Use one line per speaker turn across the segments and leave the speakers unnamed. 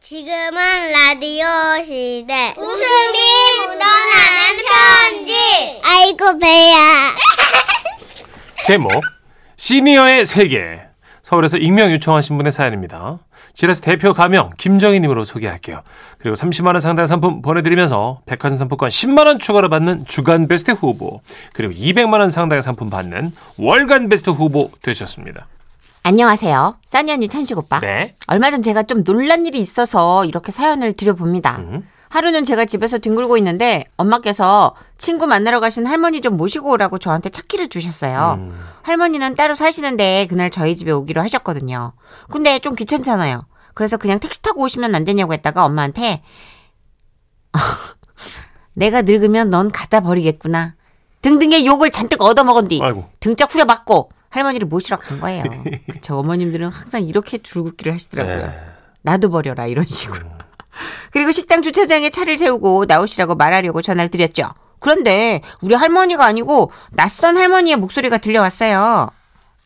지금은 라디오 시대. 웃음이 묻어나는 편지. 아이고, 배야.
제목 시니어의 세계 서울에서 익명 요청하신 분의 사연입니다. 지라스 대표 가명 김정희님으로 소개할게요. 그리고 30만 원 상당 상품 보내드리면서 백화점 상품권 10만 원 추가로 받는 주간 베스트 후보 그리고 200만 원 상당의 상품 받는 월간 베스트 후보 되셨습니다.
안녕하세요. 써니 언니 천식 오빠.
네.
얼마 전 제가 좀 놀란 일이 있어서 이렇게 사연을 드려봅니다.
음.
하루는 제가 집에서 뒹굴고 있는데 엄마께서 친구 만나러 가신 할머니 좀 모시고 오라고 저한테 차키를 주셨어요.
음.
할머니는 따로 사시는데 그날 저희 집에 오기로 하셨거든요. 근데 좀 귀찮잖아요. 그래서 그냥 택시 타고 오시면 안 되냐고 했다가 엄마한테 내가 늙으면 넌 갖다 버리겠구나. 등등의 욕을 잔뜩 얻어먹은 뒤
아이고.
등짝 후려받고 할머니를 모시러 간 거예요. 그쵸. 어머님들은 항상 이렇게 줄긋기를 하시더라고요.
네.
나도 버려라 이런 식으로. 그리고 식당 주차장에 차를 세우고 나오시라고 말하려고 전화를 드렸죠. 그런데 우리 할머니가 아니고 낯선 할머니의 목소리가 들려왔어요.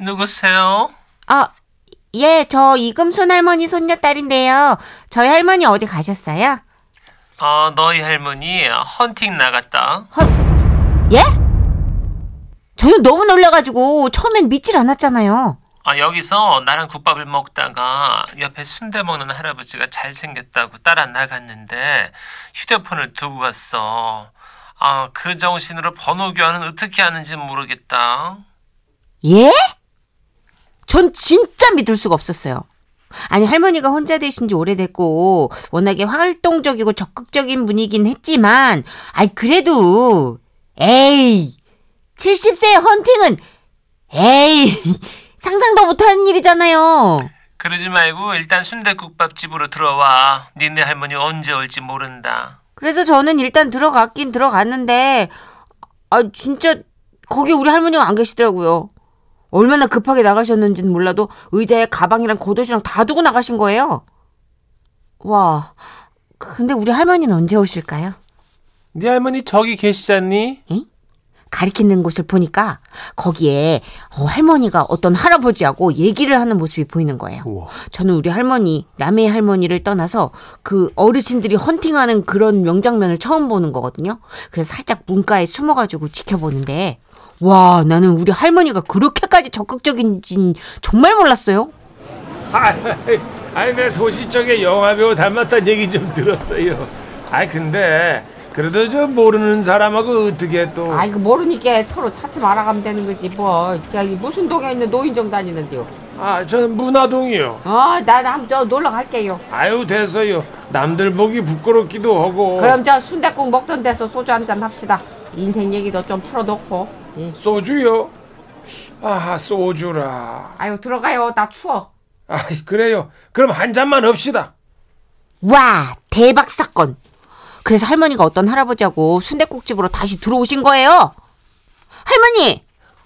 누구세요?
아, 예, 저 이금순 할머니 손녀딸인데요. 저희 할머니 어디 가셨어요?
아 너희 할머니 헌팅 나갔다.
예? 저는 너무 놀라가지고 처음엔 믿질 않았잖아요.
아 여기서 나랑 국밥을 먹다가 옆에 순대 먹는 할아버지가 잘생겼다고 따라 나갔는데 휴대폰을 두고 갔어. 아 그 정신으로 번호 교환은 어떻게 하는지 모르겠다.
예? 전 진짜 믿을 수가 없었어요. 아니, 할머니가 혼자 되신 지 오래됐고, 워낙에 활동적이고 적극적인 분이긴 했지만, 아이, 그래도, 에이, 70세 헌팅은, 에이, 상상도 못하는 일이잖아요.
그러지 말고 일단 순대국밥집으로 들어와. 니네 할머니 언제 올지 모른다.
그래서 저는 일단 들어갔긴 들어갔는데, 아, 진짜, 거기 우리 할머니가 안 계시더라고요. 얼마나 급하게 나가셨는지는 몰라도 의자에 가방이랑 겉옷이랑 다 두고 나가신 거예요. 와, 근데 우리 할머니는 언제 오실까요?
네 할머니 저기 계시잖니?
가리키는 곳을 보니까 거기에 어, 할머니가 어떤 할아버지하고 얘기를 하는 모습이 보이는 거예요.
우와.
저는 우리 할머니, 남의 할머니를 떠나서 그 어르신들이 헌팅하는 그런 명장면을 처음 보는 거거든요. 그래서 살짝 문가에 숨어가지고 지켜보는데, 와, 나는 우리 할머니가 그렇게까지 적극적인진 정말 몰랐어요.
아,
아니 내 소시적에 영화배우 닮았다는 얘기 좀 들었어요. 아이 근데 그래도 저 모르는 사람하고 어떻게 또
아이고 모르니까 서로 차츰 알아가면 되는 거지 뭐. 야, 이 무슨 동에 있는 노인정 다니는데요.
아 저는 문화동이요.
어, 나 한번 저 놀러 갈게요.
어.
아유 됐어요. 남들 보기 부끄럽기도 하고
그럼 저순댓국 먹던 데서 소주 한 잔 합시다. 인생 얘기도 좀 풀어놓고. 예.
소주요. 아 소주라.
아유 들어가요. 나 추워.
아이 그래요. 그럼 한 잔만 합시다.
와, 대박 사건. 그래서 할머니가 어떤 할아버지하고 순댓국집으로 다시 들어오신 거예요. 할머니!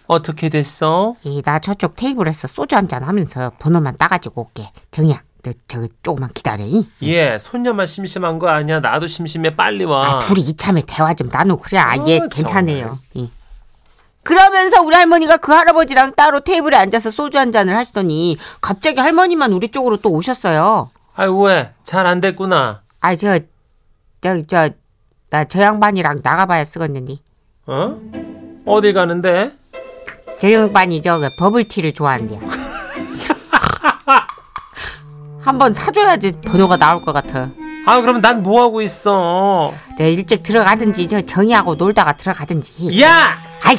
어떻게 됐어?
이, 나 저쪽 테이블에서 소주 한잔 하면서 번호만 따가지고 올게. 정이야, 너 저기 조금만 기다려. 이.
예, 손녀만 심심한 거 아니야. 나도 심심해. 빨리 와.
아, 둘이 이참에 대화 좀 나누고 그래. 아,
어,
예,
정말.
괜찮아요. 예. 그러면서 우리 할머니가 그 할아버지랑 따로 테이블에 앉아서 소주 한 잔을 하시더니 갑자기 할머니만 우리 쪽으로 또 오셨어요.
아이 왜? 잘 안 됐구나.
아, 저, 저, 저, 나 저 양반이랑 나가봐야 쓰겠는데.
어? 어디 가는데?
저 양반이 저거 그 버블티를 좋아한대요. 한번 사줘야지 번호가 나올 것 같아.
아, 그럼 난 뭐 하고 있어?
저 일찍 들어가든지 저 정이하고 놀다가 들어가든지.
야!
아이,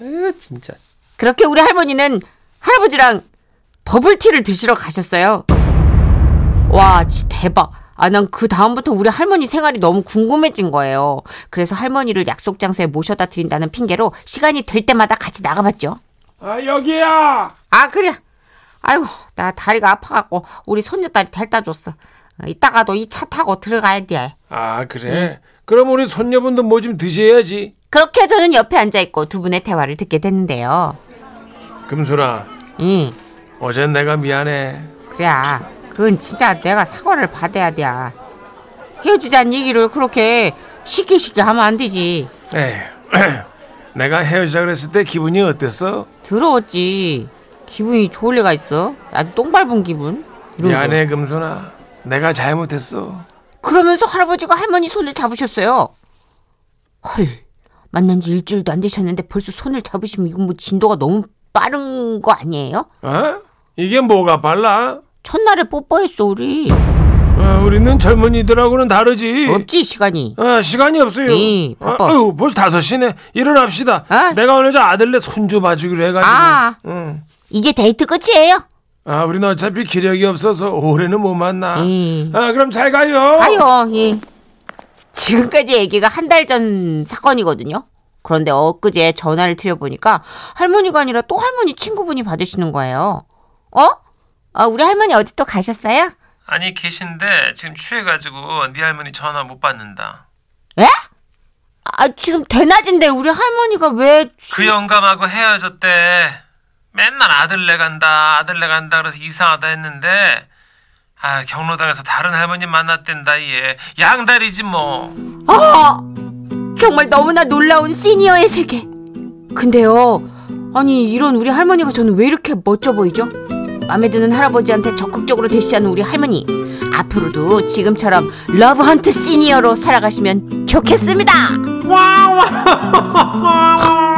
에휴, 진짜.
그렇게 우리 할머니는 할아버지랑 버블티를 드시러 가셨어요. 와, 진짜 대박. 아, 난 그 다음부터 우리 할머니 생활이 너무 궁금해진 거예요. 그래서 할머니를 약속 장소에 모셔다 드린다는 핑계로 시간이 될 때마다 같이 나가봤죠.
아 여기야.
아, 그래. 아이고, 나 다리가 아파갖고 우리 손녀딸이 델다 줬어. 어, 이따가도 이 차 타고 들어가야 돼.
아 그래.
네.
그럼 우리 손녀분도 뭐 좀 드셔야지.
그렇게 저는 옆에 앉아있고 두 분의 대화를 듣게 됐는데요.
금수라
응,
어젠 내가 미안해.
그래. 그건 진짜 내가 사과를 받아야 돼. 헤어지자는 얘기를 그렇게 쉽게 쉽게 하면 안 되지.
에휴, 내가 헤어지자 그랬을 때 기분이 어땠어?
더러웠지. 기분이 좋을 리가 있어. 아주 똥 밟은 기분. 이런 거.
미안해 금순아 내가 잘못했어.
그러면서 할아버지가 할머니 손을 잡으셨어요. 헐, 만난 지 일주일도 안 되셨는데 벌써 손을 잡으시면 이건 뭐 진도가 너무 빠른 거 아니에요?
어? 이게 뭐가 빨라?
첫날에 뽀뽀했어, 우리.
어, 우리는 젊은이들하고는 다르지.
없지, 시간이.
어, 시간이 없어요.
에이, 바빠.
아, 아유, 벌써 다섯 시네. 일어납시다.
아.
내가 오늘 저 아들네 손주 봐주기로 해가지고.
아.
응.
이게 데이트 끝이에요?
아, 우리는 어차피 기력이 없어서 올해는 못 만나.
에이.
아, 그럼 잘 가요.
예. 아유, 예. 지금까지 얘기가 한 달 전 사건이거든요. 그런데 엊그제 전화를 드려보니까 할머니가 아니라 또 할머니 친구분이 받으시는 거예요. 어? 아, 우리 할머니 어디 또 가셨어요?
아니 계신데 지금 취해가지고 네 할머니 전화 못 받는다.
에? 아, 지금 대낮인데 우리 할머니가 왜
그 영감하고 헤어졌대. 맨날 아들네 간다 아들네 간다 그래서 이상하다 했는데 아 경로당에서 다른 할머니 만났댄다 얘 양다리지 뭐.
아! 정말 너무나 놀라운 시니어의 세계. 근데요, 아니 이런 우리 할머니가 저는 왜 이렇게 멋져 보이죠? 마음에 드는 할아버지한테 적극적으로 대시하는 우리 할머니. 앞으로도 지금처럼 러브헌트 시니어로 살아가시면 좋겠습니다.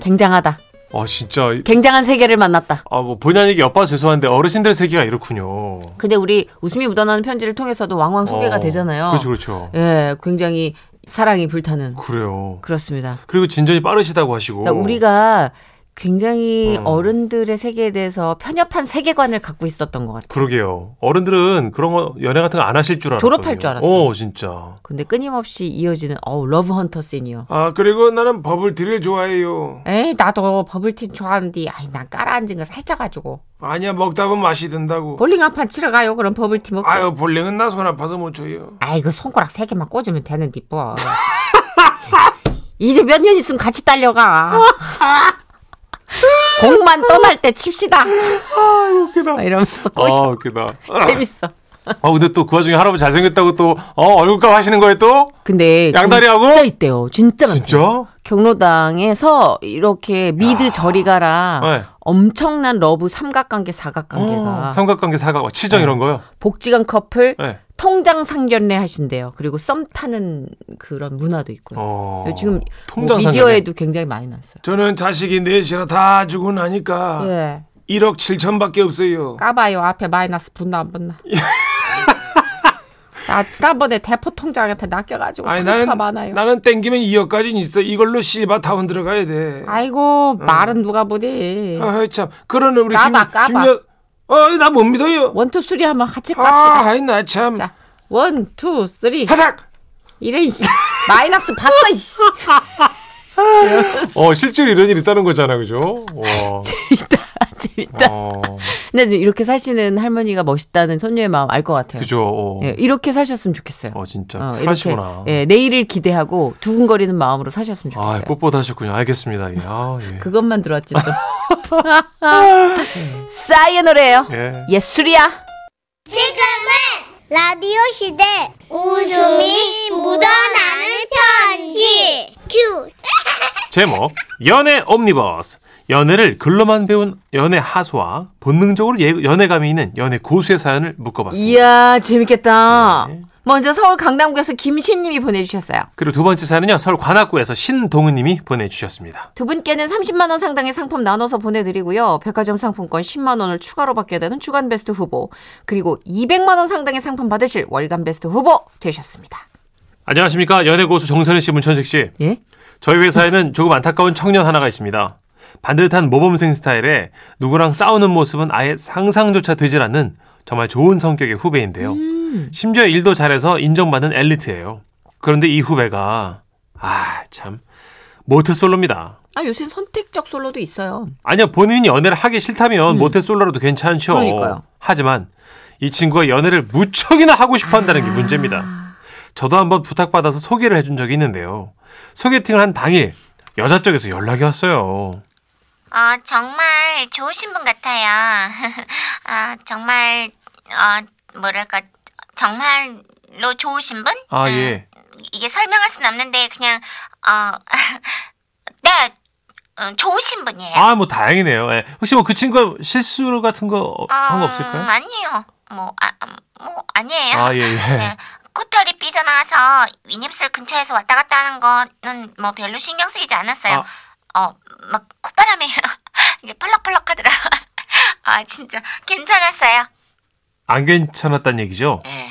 굉장하다.
아 진짜
굉장한 세계를 만났다.
아뭐 본의 아니게 엿봐 죄송한데 어르신들 세계가 이렇군요.
근데 우리 웃음이 묻어나는 편지를 통해서도 왕왕 소개가
어,
되잖아요.
그렇죠 그렇죠.
예, 굉장히 사랑이 불타는
그래요.
그렇습니다.
그리고 진전이 빠르시다고 하시고.
그러니까 우리가 굉장히
음.
어. 른들의 세계에 대해서 편협한 세계관을 갖고 있었던 것 같아요.
그러게요. 어른들은 그런 거 연애 같은 거 안 하실 줄 알았어요.
졸업할 줄 알았어요.
어, 진짜.
근데 끊임없이 이어지는 어우 러브 헌터 시니어.
아, 그리고 나는 버블티를 좋아해요.
에이 나도 버블티 좋아하는데 아이 난 깔아앉은 거 살쪄가지고
아니야, 먹다 보면 맛이 든다고.
볼링 한 판 치러 가요 그럼 버블티 먹고
아유, 볼링은 나 손 아파서 못 쳐요.
그
아이고 손가락 세 개만 꽂으면 되는데 뭐
이제 몇 년 있으면 같이 딸려가. 공만 떠날 때 칩시다. 이러면서 꼬시
웃기다.
재밌어.
아, 근데 또 그 와중에 할아버지 잘생겼다고 또, 어, 얼굴값 하시는 거예요 또?
근데
양다리하고?
진짜 있대요. 진짜 많대요.
진짜?
경로당에서 이렇게 미드 저리 가라
네.
엄청난 러브 삼각관계 사각관계가
어, 삼각관계, 사각관, 치정 이런 거요?
복지관 커플
네.
통장 상견례 하신대요. 그리고 썸 타는 그런 문화도 있고요.
어.
지금
통장
뭐
상견례.
미디어에도 굉장히 많이 나왔어요.
저는 자식이 넷이나 다 주고 나니까
예
1억 7천밖에 없어요.
까봐요 앞에 마이너스 붙나 안 붙나 나 지난번에 대포 통장한테 낚여가지고 상처가 많아요
나는 땡기면 2억까지는 있어. 이걸로 실바 타운 들어가야 돼.
아이고 말은 누가 보니
아, 참. 그러는 우리
까봐,
김,
까봐.
김여... 어, 나 못 믿어요.
원투 쓰리 하면 같이 깝시다
아, 아이, 나 참.
자 원투 쓰리
사작!
이래 이씨. 마이너스 봤어 이씨
어, 실제로 이런 일이 있다는 거잖아, 그죠? 와.
재밌다, 재밌다.
어,
근데 지금 이렇게 사시는 할머니가 멋있다는 손녀의 마음 알 것 같아요.
그죠? 어,
예, 이렇게 사셨으면 좋겠어요.
어 진짜.
어,
쿨하시구나.
예, 내일을 기대하고 두근거리는 마음으로 사셨으면
아,
좋겠어요.
뽀뽀도 하셨군요. 알겠습니다. 예. 아, 예.
그것만 들었지 또. 싸이의 노래예요.
예.
예술이야.
지금은 라디오 시대 웃음이 묻어나는 편지 큐
제목 연애 옴니버스 연애를 글로만 배운 연애 하소와 본능적으로 예- 연애감이 있는 연애 고수의 사연을 묶어봤습니다.
이야, 재밌겠다.
네.
먼저 서울 강남구에서 김신님이 보내주셨어요.
그리고 두 번째 사연은요 서울 관악구에서 신동은님이 보내주셨습니다.
두 분께는 30만 원 상당의 상품 나눠서 보내드리고요. 백화점 상품권 10만 원을 추가로 받게 되는 주간 베스트 후보 그리고 200만 원 상당의 상품 받으실 월간 베스트 후보 되셨습니다.
안녕하십니까 연애 고수 정선희 씨, 문천식 씨.
예?
저희 회사에는 조금 안타까운 청년 하나가 있습니다. 반듯한 모범생 스타일에 누구랑 싸우는 모습은 아예 상상조차 되질 않는 정말 좋은 성격의 후배인데요. 심지어 일도 잘해서 인정받는 엘리트예요. 그런데 이 후배가 아 참 모태솔로입니다.
아 요새 는 선택적 솔로도 있어요.
아니요 본인이 연애를 하기 싫다면 모태솔로라도 괜찮죠.
음. 그러니까요.
하지만 이 친구가 연애를 무척이나 하고 싶어한다는
아.
게 문제입니다. 저도 한번 부탁받아서 소개를 해준 적이 있는데요. 소개팅을 한 당일 여자 쪽에서 연락이 왔어요.
어, 정말 좋으신 분 같아요. 아, 정말, 어, 뭐랄까, 정말로 좋으신 분?
아
음,
예.
이게 설명할 순 없는데, 그냥, 어, 네, 음, 좋으신 분이에요.
아, 뭐 다행이네요. 예. 혹시 뭐 그 친구가 실수 같은 거 어, 한 거
음,
없을까요?
아니요. 뭐, 아, 음, 뭐 아니에요.
아, 예, 예.
네, 코털이 삐져나와서 윗입술 근처에서 왔다 갔다 하는 거는 뭐 별로 신경 쓰이지 않았어요.
아.
어, 막 콧바람이 이게 펄럭펄럭 하더라. 아, 진짜 괜찮았어요.
안 괜찮았단 얘기죠?
예.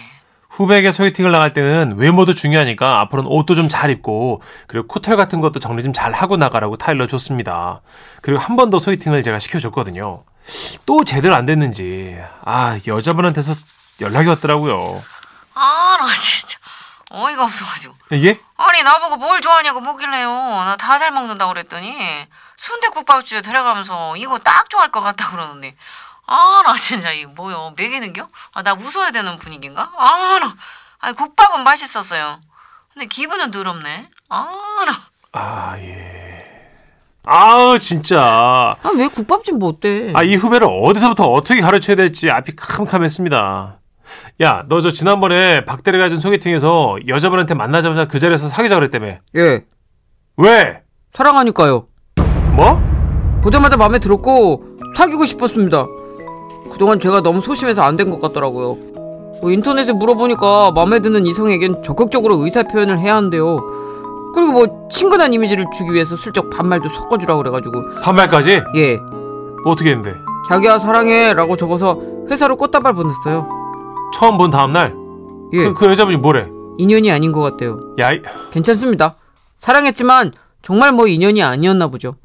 후배에게 소개팅을 나갈 때는 외모도 중요하니까 앞으로는 옷도 좀 잘 입고 그리고 코털 같은 것도 정리 좀 잘 하고 나가라고 타일러 줬습니다. 그리고 한 번 더 소개팅을 제가 시켜줬거든요. 또 제대로 안 됐는지 아 여자분한테서 연락이 왔더라고요.
아, 나 진짜 어이가 없어가지고.
이게
아니, 나보고 뭘 좋아하냐고 뭐길래요. 나 다 잘 먹는다 그랬더니 순대국밥집에 데려가면서 이거 딱 좋아할 것 같다 그러는데. 아, 나 진짜 이 뭐야 매기는겨? 아, 나 웃어야 되는 분위기인가? 아, 나. 아니, 국밥은 맛있었어요. 근데 기분은 더럽네. 아, 나.
아 예. 아 진짜
아, 왜 국밥집 뭐 어때?
아 이 후배를 어디서부터 어떻게 가르쳐야 될지 앞이 캄캄했습니다. 야 너 저 지난번에 박대리가 준 소개팅에서 여자분한테 만나자마자 그 자리에서 사귀자 그랬다며
예.
왜?
사랑하니까요.
뭐?
보자마자 마음에 들었고 사귀고 싶었습니다. 그동안 제가 너무 소심해서 안 된 것 같더라고요. 뭐 인터넷에 물어보니까 마음에 드는 이성에겐 적극적으로 의사 표현을 해야 한대요. 그리고 뭐 친근한 이미지를 주기 위해서 슬쩍 반말도 섞어주라 그래가지고
반말까지?
예
뭐 어떻게 했는데?
자기야 사랑해라고 적어서 회사로 꽃다발 보냈어요.
처음 본 다음 날?
예
그, 그 여자분이 뭐래?
인연이 아닌 것 같대요.
야, 이-
괜찮습니다. 사랑했지만 정말 뭐 인연이 아니었나 보죠.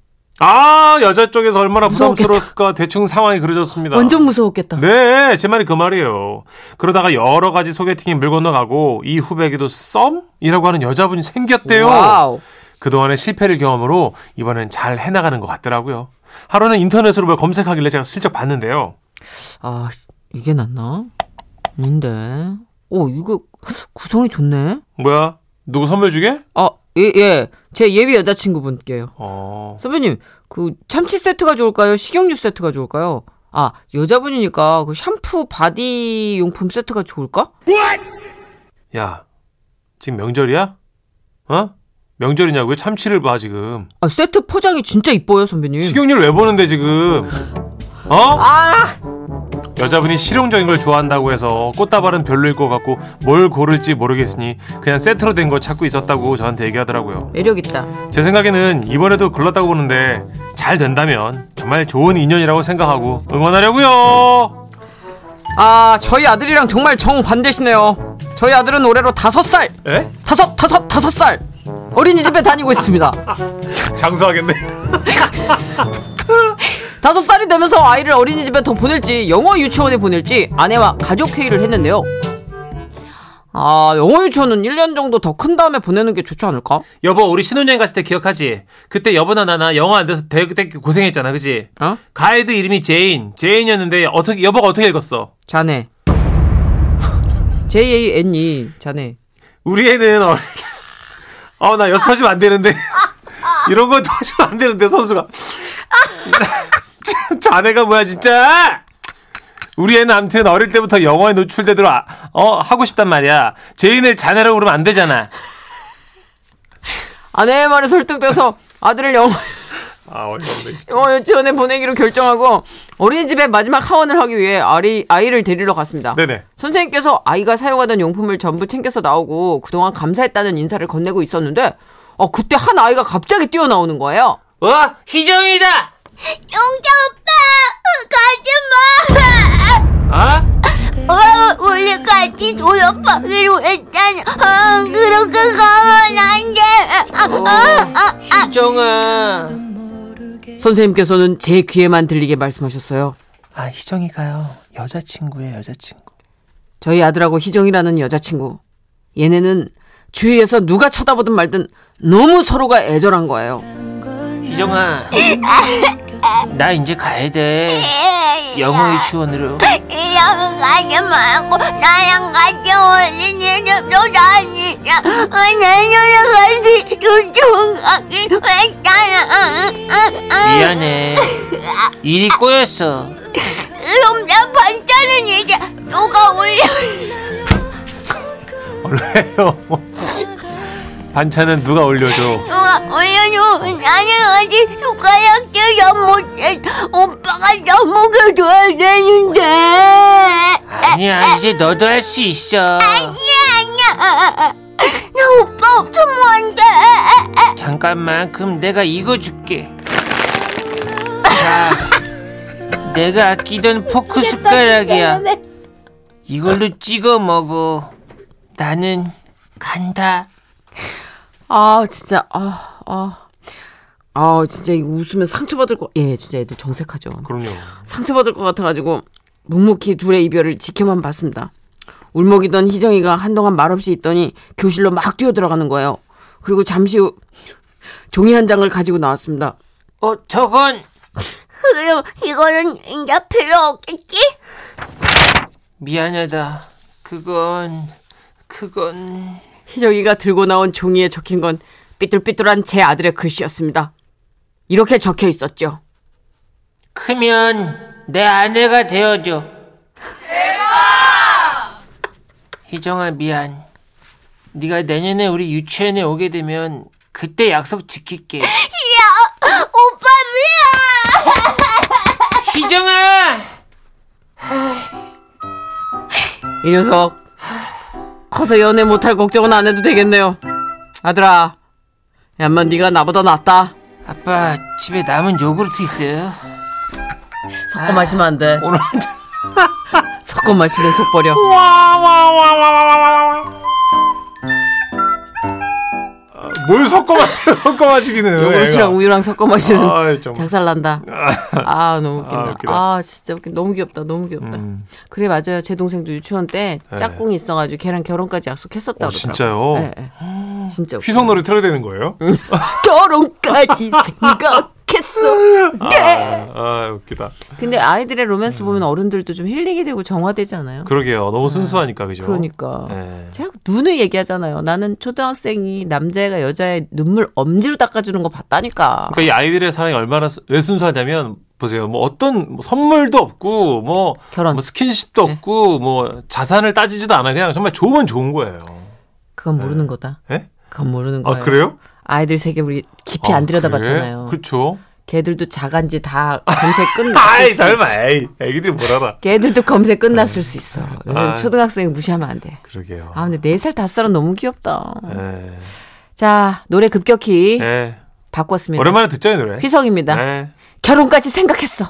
아, 여자 쪽에서 얼마나
무서웠겠다.
부담스러웠을까 대충 상황이 그려졌습니다.
완전 무서웠겠다.
네, 제 말이 그 말이에요. 그러다가 여러 가지 소개팅이 물 건너가고 이 후배에게도 썸이라고 하는 여자분이 생겼대요.
와우.
그동안의 실패를 경험으로 이번엔 잘 해나가는 것 같더라고요. 하루는 인터넷으로 뭘 검색하길래 제가 슬쩍 봤는데요.
아 씨, 이게 낫나? 아닌데. 오 이거 구성이 좋네.
뭐야? 누구 선물 주게?
아예 예. 제 예비 여자친구분께요.
어.
선배님 그 참치 세트가 좋을까요? 식용유 세트가 좋을까요? 아 여자분이니까 그 샴푸 바디 용품 세트가 좋을까?
야, 지금 명절이야? 어? 명절이냐고 왜 참치를 봐 지금?
아 세트 포장이 진짜 이뻐요 선배님.
식용유를 왜 보는데 지금? 어?
아,
여자분이 실용적인 걸 좋아한다고 해서 꽃다발은 별로일 것 같고 뭘 고를지 모르겠으니 그냥 세트로 된 거 찾고 있었다고 저한테 얘기하더라고요.
매력 있다.
제 생각에는 이번에도 글렀다고 보는데 잘 된다면 정말 좋은 인연이라고 생각하고 응원하려고요.
아 저희 아들이랑 정말 정 반대시네요. 저희 아들은 올해로 다섯 살
에?
다섯 다섯 다섯 살 어린이집에 다니고 있습니다.
장수하겠네.
다섯 살이 되면서 아이를 어린이집에 더 보낼지 영어 유치원에 보낼지 아내와 가족 회의를 했는데요. 아 영어 유치원은 1년 정도 더 큰 다음에 보내는 게 좋지 않을까?
여보 우리 신혼여행 갔을 때 기억하지? 그때 여보나 나나 영어 안 돼서 되게, 되게 고생했잖아 그지?
어?
가이드 이름이 제인 제인이었는데 어떻게 여보가 어떻게 읽었어?
자네. J A N E 자네.
우리 애는 어, 어나 연습하시면 안 되는데 이런 거 하시면 안 되는데 선수가 참, 자네가 뭐야 진짜 우리 애는 아무튼 어릴 때부터 영어에 노출되도록 아- 어 하고 싶단 말이야 제인을 자네라고 그러면 안 되잖아
아내의 말에 설득돼서 아들을 영어
아 어이없네
영어 유치원에 보내기로 결정하고 어린이집에 마지막 하원을 하기 위해 아리, 아이를 데리러 갔습니다.
네네
선생님께서 아이가 사용하던 용품을 전부 챙겨서 나오고 그동안 감사했다는 인사를 건네고 있었는데 어 그때 한 아이가 갑자기 뛰어나오는 거예요.
어 희정이다
용자 오빠 가지
아
마. 어, 우리 같이 놀아보기로 했잖아. 어, 그렇게 가면 안 돼. 아, 아, 아.
희정아. 선생님께서는 제 귀에만 들리게 말씀하셨어요.
아 희정이가요 여자친구예요 여자친구
저희 아들하고 희정이라는 여자친구. 얘네는 주위에서 누가 쳐다보든 말든 너무 서로가 애절한 거예요.
희정아 나 이제 가야 돼
야,
유치원으로
이러면 가지 말고 나랑 같이 어린이집도 다니자. 나랑 같이 유치원 가기로 했잖아.
미안해 일이 꼬였어
그럼 나 반찬은 이제 누가 올려?
원래요 반찬은 누가 올려줘
누가 올려주면 나는 아직 숟가락 깨려 못해. 오빠가 접목해줘야 되는데.
아니야 이제 너도 할 수 있어
아니야. 나 오빠 없으면 안 돼.
잠깐만 그럼 내가 이거 줄게 자 내가 아끼던 포크 숟가락이야 이걸로 찍어 먹어 나는 간다
아 진짜 아 아. 아 진짜 이거 웃으면 상처받을 거. 예 진짜 애들 정색하죠.
그럼요.
상처받을 것 같아가지고 묵묵히 둘의 이별을 지켜만 봤습니다. 울먹이던 희정이가 한동안 말없이 있더니 교실로 막 뛰어 들어가는 거예요. 그리고 잠시 후 종이 한 장을 가지고 나왔습니다.
어 저건
그럼 이거는 이제 필요 없겠지?
미안하다 그건 그건
희정이가 들고 나온 종이에 적힌 건 삐뚤삐뚤한 제 아들의 글씨였습니다. 이렇게 적혀 있었죠.
크면 내 아내가 되어줘 대박 희정아 미안 네가 내년에 우리 유치원에 오게 되면 그때 약속 지킬게
야, 오빠 미안.
희정아
이 녀석 커서 연애 못할 걱정은 안 해도 되겠네요. 아들아, 얌마 네가 나보다 낫다.
아빠 집에 남은 요구르트 있어요?
섞어 마시면 안 돼.
오늘 한 잔.
섞어 마시면 속 버려.
아, 뭘 섞어 마시, 섞어 마시기는.
요구르트랑
애가.
우유랑 섞어 마시는
아이, 정말.
작살 난다. 아 너무
아,
웃긴다.
웃기다.
아, 진짜 웃긴. 너무 귀엽다. 너무 귀엽다.
음.
그래 맞아요. 제 동생도 유치원 때
네.
짝꿍이 있어가지고 걔랑 결혼까지 약속했었다.
어,
고 네,
진짜요?
네.
진짜. 웃겨.
휘성노래 틀어야 되는 거예요?
결혼까지 생각했어.
아, 아, 웃기다.
근데 아이들의
음.
로맨스 보면 어른들도 좀 힐링이 되고 정화되지 않아요?
그러게요. 너무 순수하니까 그죠?
그러니까.
예.
제가 눈을 얘기하잖아요. 나는 초등학생이 남자애가 여자애 눈물 엄지로 닦아주는 거 봤다니까.
그러니까 이 아이들의 사랑이 얼마나 수- 왜 순수하냐면 보세요. 뭐 어떤 뭐 선물도 없고 뭐,
결혼.
뭐 스킨십도
네.
없고 뭐 자산을 따지지도 않아 그냥 정말 좋으면 좋은 거예요.
그건 모르는 거다.
예?
그건 모르는
아
거예요.
그래요?
아이들 세계 우리 깊이 음, 안 들여다봤잖아요.
그렇죠.
걔들도 자간지 다 검색 끝났을
아이
수 있어.
설마 에이 애기들이 뭘 알아?
걔들도 검색 끝났을 수 있어. 요즘
아이.
초등학생 무시하면 안 돼.
그러게요.
아 근데 네 살 다섯 살은 너무 귀엽다.
예.
자 노래 급격히
예.
네. 바꿨습니다.
오랜만에 예. 듣죠 이 노래.
휘성입니다.
예.
결혼까지 생각했어.